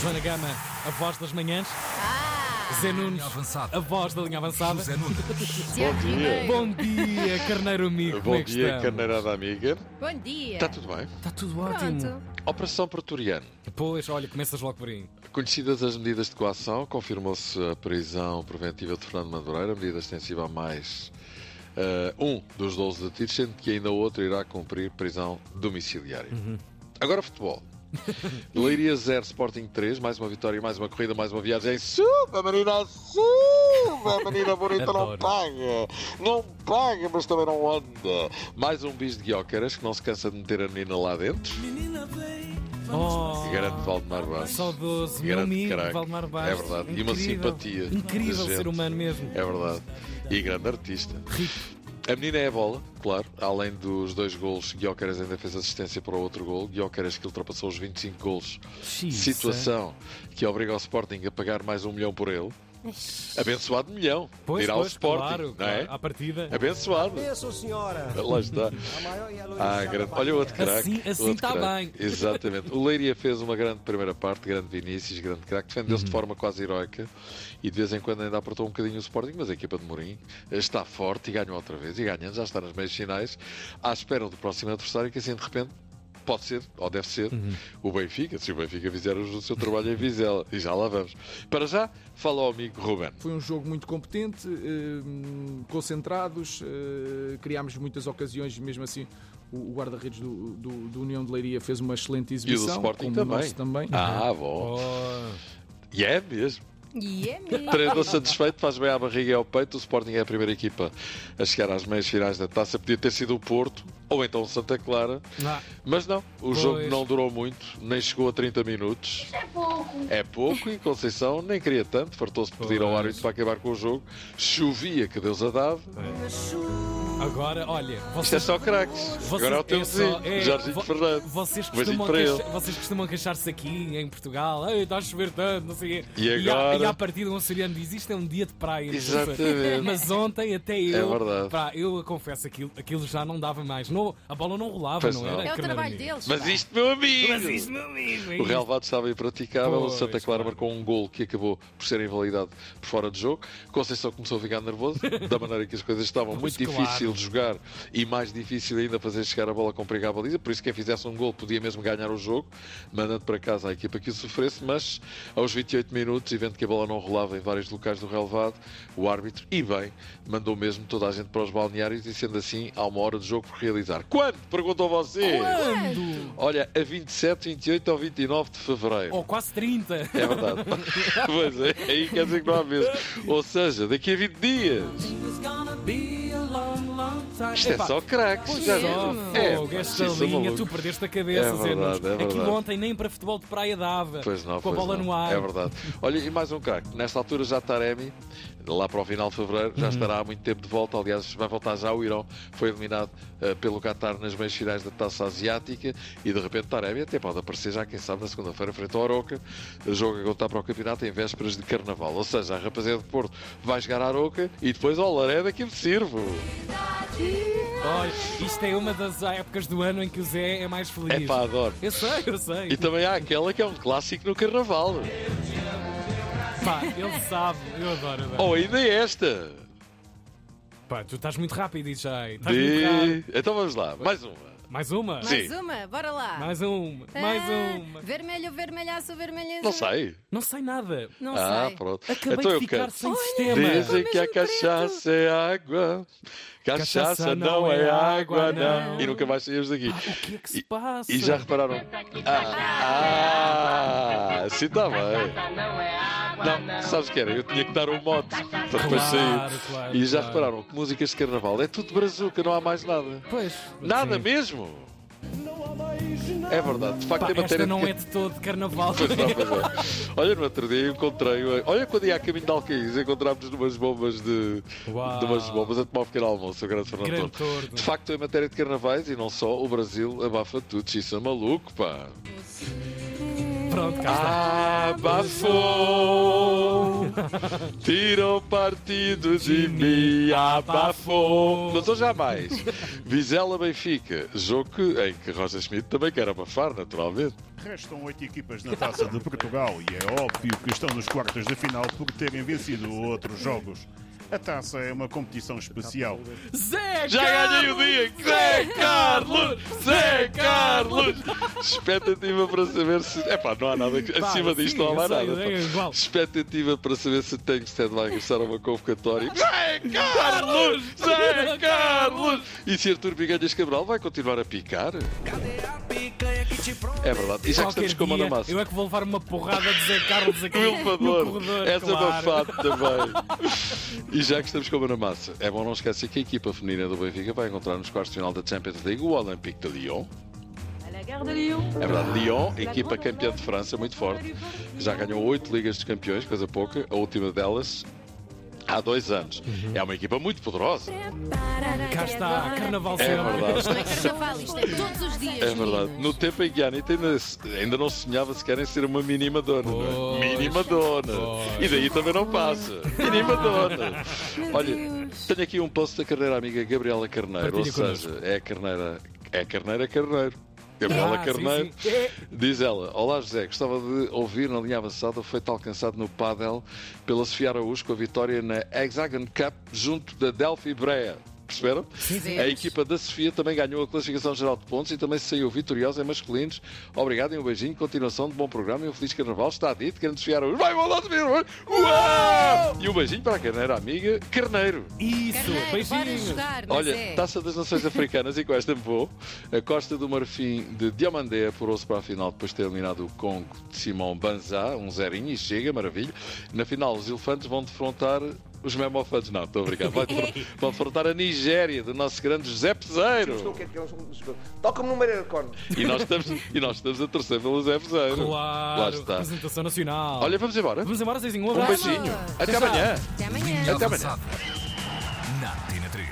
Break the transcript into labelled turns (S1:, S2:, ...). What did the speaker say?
S1: Joana Gama, a voz das manhãs. Zé Nunes,
S2: Linha avançada.
S1: a voz da linha avançada.
S2: José Nunes.
S3: Tiago
S4: dia.
S3: Ribeiro.
S1: Bom dia, carneiro amigo. como
S4: Bom
S1: é que
S4: dia,
S1: estamos?
S4: carneirada amiga.
S3: Bom dia.
S4: Está tudo bem?
S1: Está Tá tudo ótimo.
S3: Pronto.
S4: Operação Pretoriano.
S1: Pois, olha, começas logo por aí.
S4: Conhecidas as medidas de coação, confirmou-se a prisão preventiva de Fernando Madureira, medida extensiva a mais eh, um dos 12 detidos, sendo que ainda outro irá cumprir prisão domiciliária. Agora futebol. Leiria 0, Sporting 3, mais uma vitória, mais uma corrida, mais uma viagem. Suba, menina, suba, menina bonita, não
S1: Adoro.
S4: paga. Não paga, mas também não anda. Mais um bis de Guiócaras que não se cansa de meter a menina lá dentro.
S1: Oh,
S4: E Grande Valdemar Bastos.
S1: saudoso, meu
S4: Grande
S1: amigo
S4: craque.
S1: Valdemar Bastos.
S4: É verdade. E uma
S1: Incrível.
S4: simpatia.
S1: Incrível
S4: de
S1: ser
S4: gente.
S1: humano mesmo.
S4: É verdade. E grande artista. A menina é a bola, claro. Além dos dois golos, Guiocaras ainda fez assistência para o outro gol. Guiocaras que ultrapassou os 25 golos.
S1: Xiça.
S4: Situação
S1: é.
S4: que obriga o Sporting a pagar mais um milhão por ele. Abençoado milhão.
S1: Pois,
S4: Dirá o
S1: pois,
S4: Sporting,
S1: claro,
S4: não é?
S1: claro, à partida.
S4: Abençoado.
S5: Isso, senhora.
S4: Lá está.
S5: A maior e a
S4: Ah, grande. Olha o outro craque.
S1: Assim- assim
S4: O outro
S1: tá
S4: craque.
S1: bem.
S4: Exatamente. O Leiria fez uma grande primeira parte, grande Vinícius, grande craque. Defendeu-se
S1: Uhum.
S4: de forma quase heroica e de vez em quando ainda apertou um bocadinho o Sporting, mas a equipa de Mourinho está forte e ganhou outra vez. E ganhando, já está nas meias finais, à espera do próximo adversário, que assim de repente. Pode ser, ou deve ser,
S1: Uhum.
S4: o Benfica, se o Benfica fizer o seu trabalho em Vizela. E já lá vamos. Para já, fala ao amigo Ruben.
S6: Foi um jogo muito competente, eh, concentrados, eh, criámos muitas ocasiões, mesmo assim o o guarda-redes do, do- do União de Leiria fez uma excelente
S4: E o
S6: exibição.
S4: do Sporting
S6: como o
S4: também.
S6: nosso também.
S4: Ah, bom.
S1: Oh.
S4: E é mesmo.
S3: E é mesmo.
S4: Treinador satisfeito, faz bem à barriga e ao peito. O Sporting é a primeira equipa a chegar às meias finais da taça. Podia ter sido o Porto ou então o Santa Clara,
S1: Ah,
S4: mas não. O
S1: Pois.
S4: jogo não durou muito, nem chegou a 30 minutos. É pouco. É pouco e Conceição nem queria tanto. Fartou-se de pedir ao
S1: Pois.
S4: árbitro para acabar com o jogo. Chovia que Deus a dava.
S1: agora, olha,
S4: Isto é
S1: vocês,
S4: só craques.
S1: vocês-
S4: Agora é o teu
S1: é só-
S4: vizinho,
S1: é-
S4: Jorginho
S1: vo-
S4: Fernandes.
S1: Vocês
S4: Um beijinho
S1: costumam,
S4: para
S1: queixa-
S4: ele.
S1: vocês costumam queixar-se aqui em Portugal, Ei, está a chover tanto, não sei o quê.
S4: E
S1: a,
S4: agora?
S1: e à partida um açoriano diz isto é um dia de praia. não sei o quê."
S4: Exatamente.
S1: Mas ontem até eu,
S4: É verdade.
S1: pá, eu confesso aquilo, aquilo já não dava mais. Não, a bola não rolava,
S4: Pois
S1: não,
S4: não.
S1: era?
S3: É o
S1: carneiro
S3: trabalho
S1: amigo?
S3: deles.
S4: Mas
S3: pá.
S4: isto, meu amigo!
S1: Mas isto, meu amigo, é
S4: O
S1: isto.
S4: relevado estava impraticável. o
S1: Pois,
S4: Santa Clara
S1: claro.
S4: marcou um gol que acabou por ser invalidado por fora de jogo. Conceição começou a ficar nervoso, da maneira que as coisas estavam.
S1: Pois,
S4: Muito
S1: claro.
S4: difícil jogar e mais difícil ainda fazer chegar a bola com perigo à baliza. Por isso, quem fizesse um gol podia mesmo ganhar o jogo, mandando para casa a equipa que o sofresse. Mas aos 28 minutos, e vendo que a bola não rolava em vários locais do relevado, o árbitro, e bem, mandou mesmo toda a gente para os balneários, e sendo assim, há uma hora de jogo por realizar. Quando? Perguntou você.
S1: Quando?
S4: Olha, é a 27, 28 ou 29 de fevereiro.
S1: Ou quase 30.
S4: É verdade. pois é, aí quer dizer que não há mesmo. Ou seja, daqui a 20 dias. Isto é
S1: Epá,
S4: só craques, já viu?
S1: Só
S4: É,
S1: fogo,
S4: pá,
S1: esta
S4: isto é
S1: linha,
S4: maluco.
S1: tu perdeste a cabeça, Zé
S4: É
S1: Nunes.
S4: verdade, é
S1: Aquilo
S4: verdade.
S1: ontem nem para futebol de praia dava.
S4: Pois não,
S1: com a
S4: pois
S1: bola
S4: não.
S1: no ar.
S4: É verdade. Olha, e mais um craque. Nesta altura já Taremi, lá para o final de fevereiro,
S1: Uhum.
S4: já estará há muito tempo de volta. Aliás, vai voltar já o Irão. Foi eliminado eh, pelo Qatar nas meias finais da taça asiática e de repente Taremi até pode aparecer já, quem sabe, na segunda-feira, frente ao Aroca. Jogo a contar para o campeonato em vésperas de carnaval. Ou seja, a rapaziada de Porto vai jogar a Aroca e depois ao Lareda que me sirvo.
S1: Olha, isto é uma das épocas do ano em que o Zé é mais feliz.
S4: É pá, adoro.
S1: Eu sei, eu sei.
S4: E também há aquela que é um clássico no carnaval.
S1: Pá, ele sabe, eu adoro. adoro.
S4: Ou ainda é esta.
S1: Pá, tu estás muito rápido, DJ. Estás muito rápido.
S4: De... Então vamos lá, mais uma.
S1: Mais uma?
S4: Sim.
S3: Mais uma, bora lá.
S1: Mais uma, mais
S3: Ah,
S1: uma.
S3: Vermelho, vermelhaço, vermelhaço.
S4: Não sei.
S1: Não sei nada.
S3: Não
S4: ah,
S3: sei.
S4: pronto.
S1: Acabei
S4: então
S1: de
S4: eu
S1: ficar
S4: canto.
S1: sem sistema.
S4: Dizem que a
S3: mesmo
S4: cachaça é água, cachaça,
S1: Cachaça
S4: não, é água, não.
S1: não.
S4: E nunca mais saímos daqui.
S1: O que é que se
S4: E-
S1: passa?
S4: E já repararam? Ah, ah sim, está bem.
S1: é
S4: Não, sabes o que era? Eu tinha que dar um mote para depois
S1: Claro,
S4: sair.
S1: claro,
S4: e já
S1: claro.
S4: repararam que músicas de carnaval é tudo brazuca, não há mais nada.
S1: Pois.
S4: Nada
S1: Sim.
S4: mesmo. É verdade, de facto
S1: Pá,
S4: é matéria
S1: esta
S4: de
S1: não é de todo carnaval.
S4: Pois não, pois não. Olha, no outro dia encontrei. Olha, quando ia a caminho de Alcaíz, encontrámos umas bombas de.
S1: Uau.
S4: de umas bombas a tomar um pequeno almoço, o grande Fernando
S1: Grande
S4: Tordo.
S1: tordo.
S4: De facto, em matéria de carnavais e não só, o Brasil abafa tudo. Isso é maluco, pá. Ah.
S1: Pronto, cá está.
S4: Abafou! Tiram partido de mim, abafou. Não sou jamais. Vizela Benfica, jogo que- em que Roger Schmidt também quer abafar, naturalmente.
S2: Restam oito equipas na Taça de Portugal e é óbvio que estão nos quartos de final por terem vencido outros jogos. A taça é uma competição especial.
S1: Zé
S4: Já ganhei o dia! Zé Carlos! Zé Carlos! Expectativa para saber se. Epá, não há nada que-
S1: Pá,
S4: acima disto,
S1: sim,
S4: não há
S1: eu sei,
S4: nada.
S1: é
S4: pá.
S1: igual.
S4: Expectativa para saber se Tankstead vai regressar a uma convocatória. Zé Carlos! Zé Carlos! E se Arthur Piganhas Cabral vai continuar a picar? É verdade. E já que
S1: Qualquer
S4: estamos com a mão
S1: dia,
S4: na massa.
S1: eu é que vou levar uma porrada de Zé Carlos aqui
S4: No
S1: no
S4: elevador,
S1: corredor.
S4: essa é
S1: claro.
S4: abafado também. E já que estamos com a na massa, é bom não esquecer que a equipa feminina do Benfica vai encontrar nos quartos de final da Champions League o Olympique de Lyon. É verdade, Lyon, equipa campeã de França, muito forte. Já ganhou oito Ligas de Campeões, coisa pouca, a última delas há dois anos.
S1: Uhum.
S4: É uma equipa muito poderosa.
S1: Cá está, carnaval
S4: É
S1: sempre.
S4: verdade.
S3: Não é carnaval, isto é todos os dias.
S4: É verdade.
S3: meninas.
S4: No tempo em que a Anitta ainda, ainda não sonhava sequer em ser uma mini Madonna. não é? Mini Madonna. E daí também não passa. Mini Madonna. Olha, tenho aqui um post da carneira amiga Gabriela Carneiro.
S1: Partilha
S4: ou seja, é a carneira. É a carneira Carneiro. Gabriela
S1: Ah, sim,
S4: Carneiro.
S1: sim. É,
S4: Diz ela, olá José, gostava de ouvir na linha avançada o feito alcançado no Padel pela Sofia Araújo com a vitória na Hexagon Cup junto da Delphi Brea. Perceberam?
S3: sim.
S4: A equipa da Sofia também ganhou a classificação geral de pontos e também saiu vitoriosa em masculinos. Obrigado e um beijinho, continuação de bom programa e um feliz carnaval. Está dito, querendo desfiar hoje. Vai, bola de Uau! E um beijinho para a carneira amiga Carneiro.
S1: Isso,
S3: Carneiro, bora
S1: beijinhos.
S3: jogar, mas
S4: Olha, tá
S3: é.
S4: Taça das Nações Africanas e com esta vou. A Costa do Marfim de Diomandé apurou-se para a final depois de ter eliminado o Congo de Simão Banzá, um zerinho e chega, maravilha. Na final, os elefantes vão defrontar os memofantes. Não, estou obrigado. Vão defron- vão defrontar a Nigéria, do nosso grande José Peseiro.
S5: é um- Toca-me no Maracón.
S4: E nós estamos, e nós estamos a torcer pelo José Peseiro.
S1: Claro,
S4: Lá está.
S1: apresentação nacional.
S4: Olha, vamos embora.
S1: vamos embora, Zezinho. Um
S4: Um
S1: abraço.
S4: beijinho. Até amanhã.
S3: Até amanhã.
S4: Até amanhã.